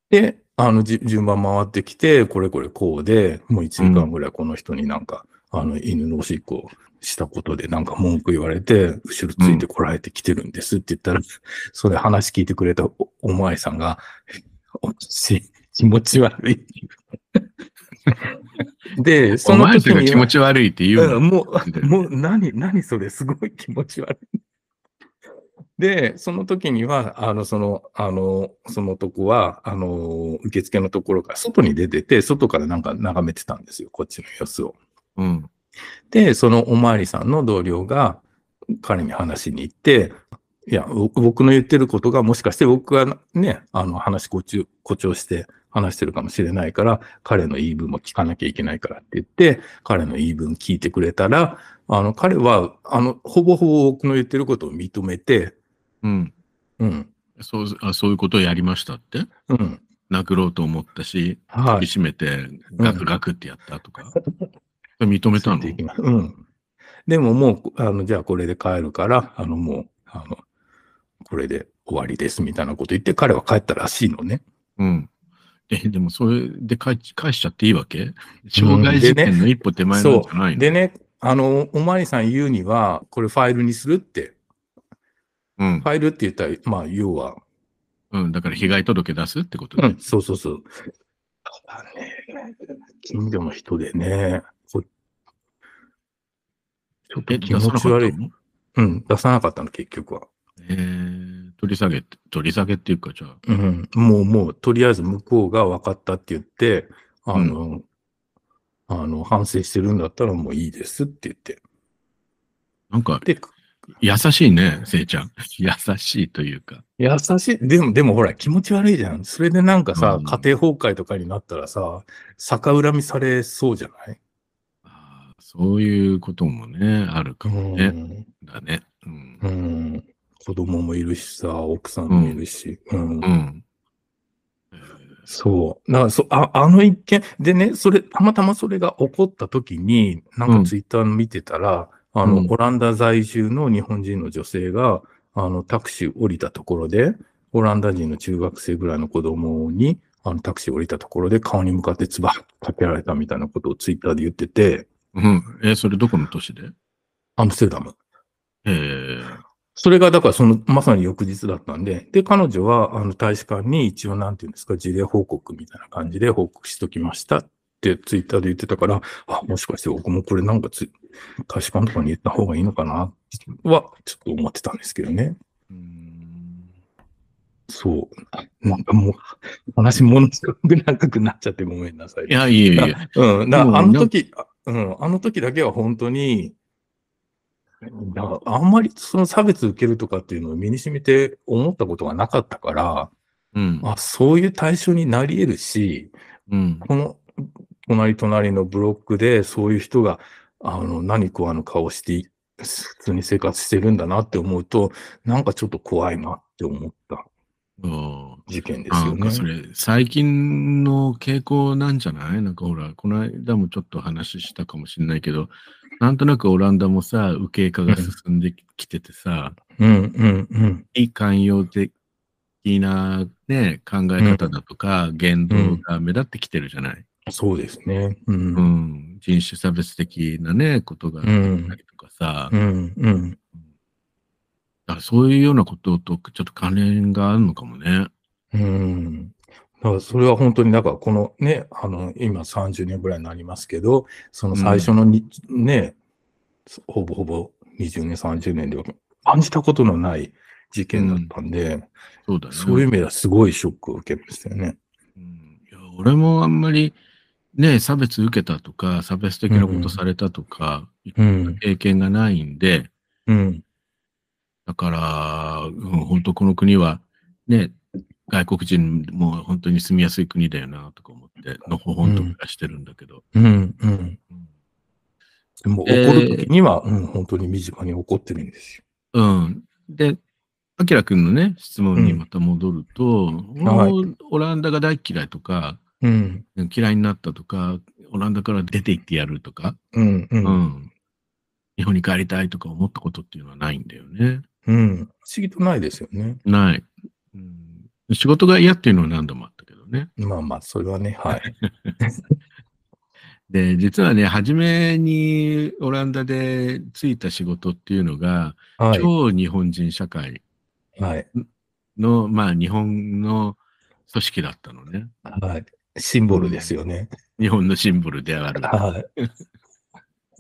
Speaker 1: え
Speaker 2: で、あの、じ順番回ってきて、これこれこうで、もう1時間ぐらいこの人になんか、あの、犬のおしっこしたことでなんか文句言われて、後ろついてこられてきてるんですって言ったら、それ話聞いてくれたおお前さんが、おし気持ち悪い。 で、
Speaker 1: ー、お
Speaker 2: その
Speaker 1: まわり
Speaker 2: 時
Speaker 1: さんが
Speaker 2: に
Speaker 1: 気持ち悪いって言う
Speaker 2: う
Speaker 1: の
Speaker 2: んも
Speaker 1: で
Speaker 2: う、もう、何、何それ、すごい気持ち悪い。で、その時には、あの、その、あの、その男は、あの、受付のところから外に出てて、外からなんか眺めてたんですよ、こっちの様子を。
Speaker 1: うん。
Speaker 2: で、そのおまわりさんの同僚が彼に話しに行って、いや、ぼ僕の言ってることがもしかして僕がね、あの話誇張誇張して話してるかもしれないから、彼の言い分も聞かなきゃいけないからって言って、彼の言い分聞いてくれたら、あの彼は、あの、ほぼほぼ僕の言ってることを認めて、
Speaker 1: うん。
Speaker 2: うん、
Speaker 1: そうあそういうことをやりましたって
Speaker 2: うん、
Speaker 1: 殴ろうと思ったし、
Speaker 2: は
Speaker 1: 首
Speaker 2: い。
Speaker 1: 絞めてガクガクってやったとか。それ認めたの
Speaker 2: ついていきますうん。でももう、あの、じゃあこれで帰るから、あの、もう、あの、これで終わりですみたいなこと言って、彼は帰ったらしいのね。
Speaker 1: うん。え、でもそれで返し返しちゃっていいわけ傷害事件の一歩手前なんじゃないの
Speaker 2: でね、あの、おまわりさん言うには、これファイルにするって。
Speaker 1: うん
Speaker 2: フ。ァイルって言ったら、まあ、要は、
Speaker 1: うん。だから被害届出すってこと
Speaker 2: う
Speaker 1: で。
Speaker 2: ん、そうそうそう。ただね、近所の人でね、こちょっと
Speaker 1: え、
Speaker 2: 気
Speaker 1: 出さな
Speaker 2: 持
Speaker 1: かっ
Speaker 2: ち
Speaker 1: た
Speaker 2: 悪い。
Speaker 1: の
Speaker 2: うん、出さなかったの、結局は。
Speaker 1: えー、取り下げ、取り下げっていうか、じゃあ、
Speaker 2: うん、もう、もう、とりあえず向こうが分かったって言って、あの、あの、反省してるんだったらもういいですって言って。
Speaker 1: なんか、
Speaker 2: で、
Speaker 1: 優しいね、せいちゃん。 優しいというか。
Speaker 2: 優しい。でも、でもほら、気持ち悪いじゃん。それでなんかさ、
Speaker 1: うん
Speaker 2: 家庭崩壊とかになったらさ、逆恨みされそうじゃない
Speaker 1: あーそういうこともね、あるかもね。だね。うん
Speaker 2: う。ん。子供もいるしさ、奥さんもいるし。うん。
Speaker 1: うん。えー
Speaker 2: そう。なんかそあ、あの一件、でね、それ、たまたまそれが起こった時に、なん
Speaker 1: うん
Speaker 2: かツイッター見てたら、あの、
Speaker 1: うん
Speaker 2: オランダ在住の日本人の女性が、あの、タクシー降りたところで、オランダ人の中学生ぐらいの子供に、あの、タクシー降りたところで顔に向かって唾かけられたみたいなことをツイッターで言ってて、
Speaker 1: うん。え、それどこの都市で
Speaker 2: アムステルダム。
Speaker 1: えー、
Speaker 2: それが、だからその、まさに翌日だったんで、で、彼女は、あの、大使館に一応、なんていうんですか、事例報告みたいな感じで報告しときましたってツイッターで言ってたから、あ、もしかして僕もこれなんかつ、大使館とかに言った方がいいのかな、は、ちょっと思ってたんですけどね。
Speaker 1: うん
Speaker 2: そう。なんかもう、話ものすごく長くなっちゃってごめんなさい。
Speaker 1: いや、いえいえ。
Speaker 2: うん、な
Speaker 1: でも
Speaker 2: あの時、あうん、あの時だけは本当に、なんかあんまりその差別受けるとかっていうのを身に染みて思ったことがなかったから、
Speaker 1: うん。
Speaker 2: あ、そういう対象になり得るし、
Speaker 1: うん。
Speaker 2: この隣隣のブロックでそういう人が、あの、何食わぬ顔して、普通に生活してるんだなって思うと、なんかちょっと怖いなって思った
Speaker 1: そう
Speaker 2: 事件です
Speaker 1: あな
Speaker 2: よ
Speaker 1: んか
Speaker 2: ね。
Speaker 1: それ、最近の傾向なんじゃないなんかほら、この間もちょっと話したかもしれないけど、なんとなくオランダもさ、右傾化が進んできててさ、
Speaker 2: うん、うん、うん。
Speaker 1: 非寛容的な、ね、考え方だとか、言動が目立ってきてるじゃない、
Speaker 2: そうですね。
Speaker 1: う
Speaker 2: う
Speaker 1: ん
Speaker 2: ん、
Speaker 1: 人種差別的なね、ことがあったりとかさ、
Speaker 2: うん、うん。
Speaker 1: だからそういうようなこととちょっと関連があるのかもね。
Speaker 2: うん。だからそれは本当になんかこのね、あの、今30年ぐらいになりますけど、その最初のに、ね、ほぼほぼ20年、30年では感じたことのない事件だったんで、
Speaker 1: そうだね。
Speaker 2: そういう意味ではすごいショックを受けましたよね。
Speaker 1: うんいや俺もあんまり、ね、差別受けたとか、差別的なことされたとか、
Speaker 2: うん。
Speaker 1: 経験がないんで、
Speaker 2: うん。
Speaker 1: だから、うん本当この国は、ね、外国人も本当に住みやすい国だよな、とか思って、のほほんと暮らしてるんだけど。
Speaker 2: うん。うん。でも
Speaker 1: えー
Speaker 2: 怒るときには、うん、本当に身近に怒ってるんです
Speaker 1: う
Speaker 2: よ。
Speaker 1: ん。で、アキラ君のね、質問にまた戻ると、
Speaker 2: はい
Speaker 1: もうオランダが大嫌いとか、
Speaker 2: うん。
Speaker 1: 嫌いになったとか、オランダから出て行ってやるとか、
Speaker 2: うん。う。
Speaker 1: うんん。日本に帰りたいとか思ったことっていうのはないんだよね。
Speaker 2: うん。不思議とないですよね。
Speaker 1: ない。うん、仕事が嫌っていうのは何度もあったけどね。
Speaker 2: まあまあ、それはね、はい。
Speaker 1: で、実はね、初めにオランダで就いた仕事っていうのが、
Speaker 2: は
Speaker 1: 超日本人社会
Speaker 2: い。はい。
Speaker 1: の、まあ日本の組織だったのね。
Speaker 2: はい。シンボルですよね。
Speaker 1: 日本のシンボルである。
Speaker 2: はい。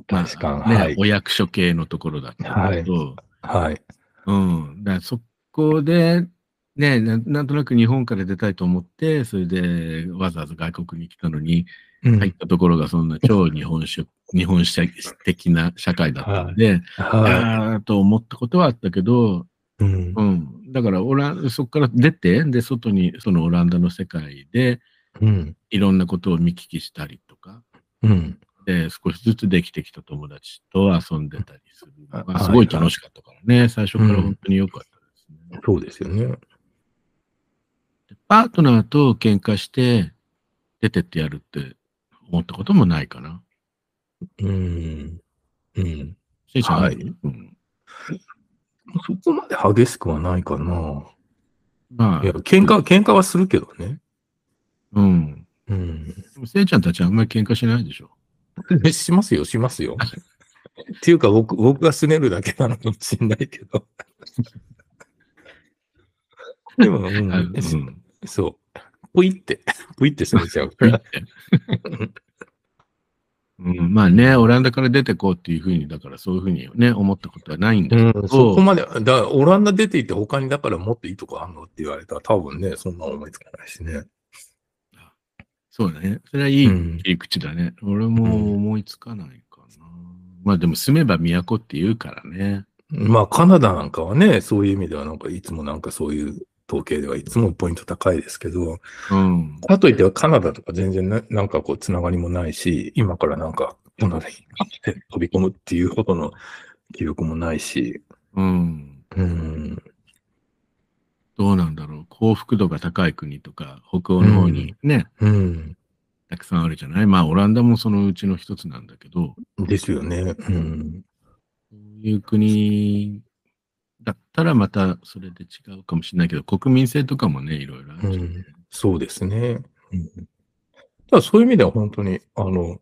Speaker 1: まあ
Speaker 2: 確か
Speaker 1: ね
Speaker 2: はい。
Speaker 1: お役所系のところだったんだけど、
Speaker 2: はい。
Speaker 1: うん。だからそこで、ねな、なんとなく日本から出たいと思って、それでわざわざ外国に来たのに、
Speaker 2: うん
Speaker 1: 入ったところがそんな超日本 主日本社的な社会だったんで、
Speaker 2: は
Speaker 1: ああと思ったことはあったけど、
Speaker 2: い。うん
Speaker 1: う。ん。だからオラン、そこから出て、で、外に、そのオランダの世界で、
Speaker 2: うん。
Speaker 1: いろんなことを見聞きしたりとか、
Speaker 2: うん。
Speaker 1: で、少しずつできてきた友達と遊んでたりするのが。
Speaker 2: あ
Speaker 1: すごい楽しかったからね、最初から本当に良かったですね。
Speaker 2: そうですよね。
Speaker 1: パートナーと喧嘩して出てってやるって思ったこともないかな。
Speaker 2: うん。うん。
Speaker 1: シンちゃん
Speaker 2: はい
Speaker 1: うん
Speaker 2: そこまで激しくはないかな。
Speaker 1: ま
Speaker 2: いや、
Speaker 1: あ、
Speaker 2: 喧嘩、喧嘩はするけどね。
Speaker 1: うん。
Speaker 2: うん。
Speaker 1: せいちゃんたちはあんまり喧嘩しないでしょ。
Speaker 2: しますよ、しますよ。っていうか、僕、僕が拗ねるだけなのかもしれないけど。でも、う
Speaker 1: あ
Speaker 2: ん、
Speaker 1: うん
Speaker 2: そう。ぷいって、ぷいって拗ねちゃ うから。
Speaker 1: うんまあね、オランダから出てこうっていうふうに、だからそういうふうにね、思ったことはないんだけ
Speaker 2: うん、そこ
Speaker 1: ど、
Speaker 2: まで、だオランダ出ていって他にだからもっといいとこあんのって言われたら多分ね、そんな思いつかないしね。
Speaker 1: そうだね。それはいい
Speaker 2: うん
Speaker 1: 切り口だね。俺も思いつかないかな。まあでも住めば都って言うからね。
Speaker 2: まあカナダなんかはね、そういう意味ではなんかいつもなんかそういう統計ではいつもポイント高いですけど、
Speaker 1: うん。
Speaker 2: かといってはカナダとか全然ななんかこうつながりもないし、今からなんかカナダに飛び込むっていうほどの記録もないし、
Speaker 1: うん。
Speaker 2: うん、
Speaker 1: どうなんだろう。幸福度が高い国とか、北欧の方にね、
Speaker 2: うん。
Speaker 1: たくさんあるじゃないまあ、オランダもそのうちの一つなんだけど、
Speaker 2: ですよね。うん。
Speaker 1: そういう国だったらまたそれで違うかもしれないけど、国民性とかもね、いろいろあるしね
Speaker 2: うんそうですね。うん、ただそういう意味では本当に、あの、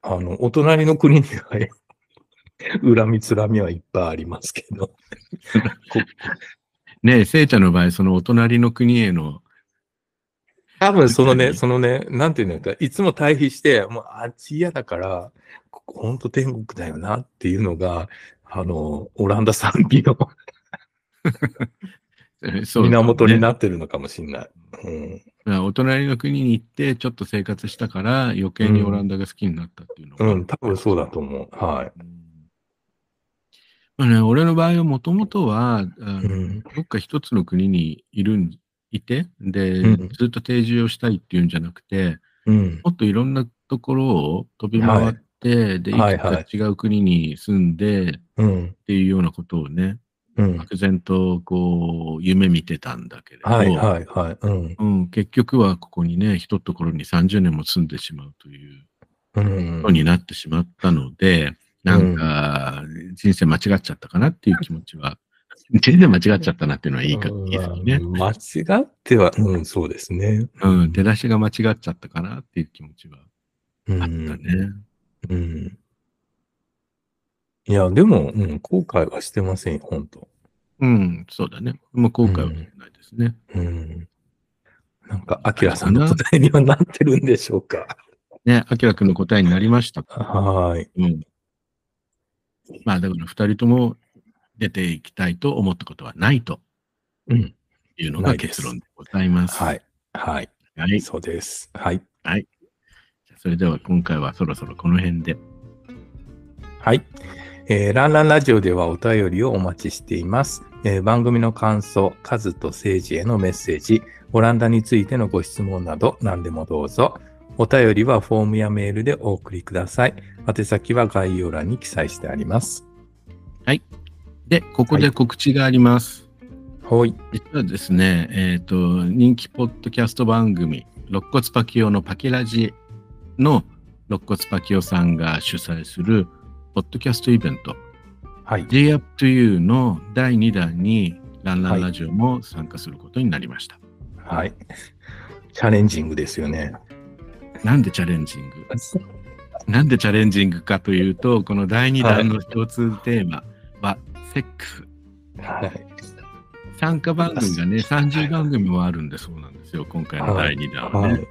Speaker 2: あの、お隣の国には、 恨みつらみはいっぱいありますけど。
Speaker 1: ねえ、聖ちゃんの場合、そのお隣の国への、
Speaker 2: 多分その
Speaker 1: 確か
Speaker 2: ね、
Speaker 1: に
Speaker 2: そのね、なんていうんだろういつも対比して、もうあっち嫌だから、ここ本当天国だよなっていうのが、あの、オランダ賛否の
Speaker 1: えそう
Speaker 2: 源に
Speaker 1: ね
Speaker 2: なってるのかもしれない。うん
Speaker 1: まあお隣の国に行って、ちょっと生活したから、余計にオランダが好きになったっていうの
Speaker 2: うん、多分そうだと思う。はい。
Speaker 1: うんまあね、俺の場合はもともとは、あの
Speaker 2: うん
Speaker 1: どっか一つの国にいるん、いて、で、
Speaker 2: うん
Speaker 1: ずっと定住をしたいっていうんじゃなくて、
Speaker 2: うん。
Speaker 1: もっといろんなところを飛び回って、で、い
Speaker 2: はいは
Speaker 1: く
Speaker 2: い
Speaker 1: つか違う国に住んでっ
Speaker 2: うん。
Speaker 1: ていうようなことをね、
Speaker 2: うん。
Speaker 1: 漠然とこう、夢見てたんだけれど、
Speaker 2: はいはいはい。うん。
Speaker 1: うん、結局はここにね、一ところに30年も住んでしまうという
Speaker 2: うん
Speaker 1: こと。になってしまったので、なんか、人生間違っちゃったかなっていう気持ちは、人生間違っちゃったなっていうのはいいか、
Speaker 2: うん
Speaker 1: 言い過ぎね。
Speaker 2: まあ間違っては、うん、そうですね。
Speaker 1: うん、出だしが間違っちゃったかなっていう気持ちはあ
Speaker 2: う
Speaker 1: った
Speaker 2: ん。
Speaker 1: ね。
Speaker 2: うん。いや、でも、うん、後悔はしてませんよ、本当
Speaker 1: うん、そうだね。もう後悔はしてないですね。
Speaker 2: うん。なんか、アキラさんの答えにはなってるんでしょうか。
Speaker 1: ね、アキラ君の答えになりました。
Speaker 2: はーい。
Speaker 1: うん。まあ、だから二人とも出ていきたいと思ったことはないと
Speaker 2: うん。
Speaker 1: いうの
Speaker 2: な
Speaker 1: が
Speaker 2: いです
Speaker 1: 結論でございます。
Speaker 2: はい。はい。
Speaker 1: はい。
Speaker 2: そうです。はい。
Speaker 1: それでは今回はそろそろこの辺で。
Speaker 2: はい。えー、ランランラジオではお便りをお待ちしています。えー番組の感想、カズと政治へのメッセージ、オランダについてのご質問など何でもどうぞ。お便りはフォームやメールでお送りください。宛先は概要欄に記載してあります。
Speaker 1: で、ここで告知があります。
Speaker 2: はい。
Speaker 1: 実はですね、えっ、と、人気ポッドキャスト番組、肋骨パキオのパキラジの肋骨パキオさんが主催するポッドキャストイベント、
Speaker 2: はい。
Speaker 1: Day Up to You の第2弾に、ランランラジオも参加することになりました。
Speaker 2: はい。チャレンジングですよ ね。
Speaker 1: なんでチャレンジングなんでチャレンジングかというと、この第2弾の共通テーマは、セックス。
Speaker 2: はい。
Speaker 1: 参加番組がね、30番組もあるんでそうなんですよ、今回の第2弾はね。
Speaker 2: はい。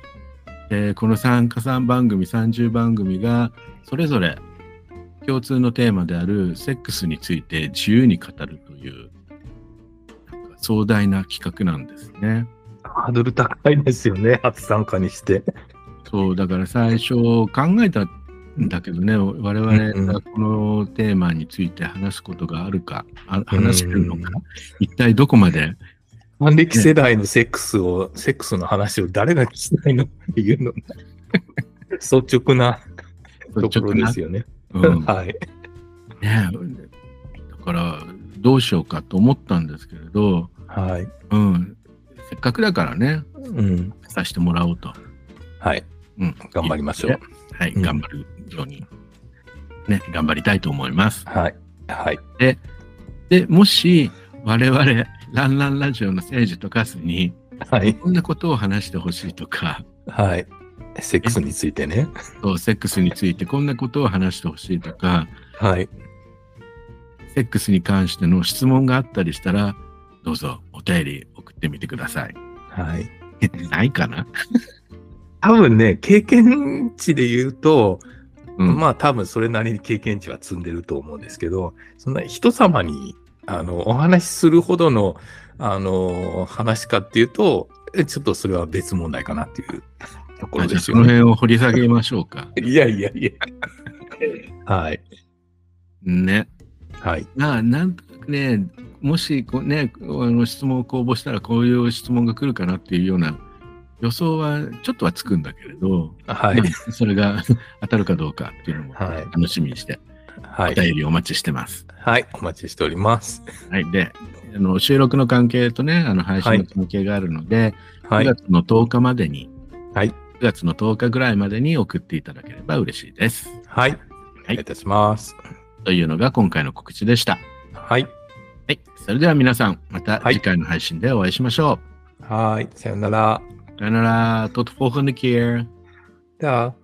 Speaker 1: でこの参加3番組30番組がそれぞれ共通のテーマであるセックスについて自由に語るというなんか壮大な企画なんですね。
Speaker 2: ハードル高いですよね。初参加にして。
Speaker 1: そうだから最初考えたんだけどね我
Speaker 2: うん
Speaker 1: 々
Speaker 2: う
Speaker 1: がこのテーマについて話すことがあるか、あ話せるのか、一体どこまで
Speaker 2: 還暦世代のセックスを、セックスの話を誰が聞きたいのっていうのが率直なところですよね。
Speaker 1: うん
Speaker 2: はい。
Speaker 1: ねだからどうしようかと思ったんですけれど、
Speaker 2: はい。
Speaker 1: うん、せっかくだからね
Speaker 2: うん。
Speaker 1: させてもらおうと。
Speaker 2: はい。
Speaker 1: うん、
Speaker 2: 頑張りましょう。
Speaker 1: はい、
Speaker 2: うん
Speaker 1: 頑張るように、ね、頑張りたいと思います。
Speaker 2: はい。はい。
Speaker 1: で、もし、我々、ランランラジオの政治とカスに、
Speaker 2: はい。
Speaker 1: こんなことを話してほしいとか、
Speaker 2: はい。セックスについてね。
Speaker 1: そうセックスについてこんなことを話してほしいとか、
Speaker 2: はい。
Speaker 1: セックスに関しての質問があったりしたら、どうぞお便り送ってみてください。
Speaker 2: はい。
Speaker 1: ないかな、
Speaker 2: 多分ね、経験値で言うと、
Speaker 1: うん、
Speaker 2: まあ多分それなりに経験値は積んでると思うんですけど、そんな人様にあのお話しするほどのあの話かっていうと、えちょっとそれは別問題かなっていうところ
Speaker 1: あじゃ
Speaker 2: で
Speaker 1: あ
Speaker 2: す
Speaker 1: そ
Speaker 2: よ
Speaker 1: の
Speaker 2: ね。
Speaker 1: 辺を掘り下げましょうか。
Speaker 2: いやいやい や。はい。
Speaker 1: ね。
Speaker 2: はい。
Speaker 1: まあ、なんとなくね、もしこう、ね、あの質問を公募したらこういう質問が来るかなっていうような予想はちょっとはつくんだけれど、
Speaker 2: は い
Speaker 1: ま。あそれが当たるかどうかっていうのも
Speaker 2: はい
Speaker 1: 楽しみにして
Speaker 2: は
Speaker 1: お便
Speaker 2: い。
Speaker 1: りお待ちしてます。
Speaker 2: はい。お待ちしております。
Speaker 1: はい。で、あの収録の関係とね、あの配信の関係があるので、
Speaker 2: はい
Speaker 1: 9。月の10日までに、
Speaker 2: はい
Speaker 1: 9月の10日ぐらいまでに送っていただければ嬉しいです。
Speaker 2: はい。お願いいたします。
Speaker 1: というのが今回の告知でした。
Speaker 2: はい。
Speaker 1: はい。それでは皆さん、また
Speaker 2: はい
Speaker 1: 次回の配信でお会いしましょ
Speaker 2: はい。さよなら。
Speaker 1: う。さよなら、tot volgende keer.
Speaker 2: Dag.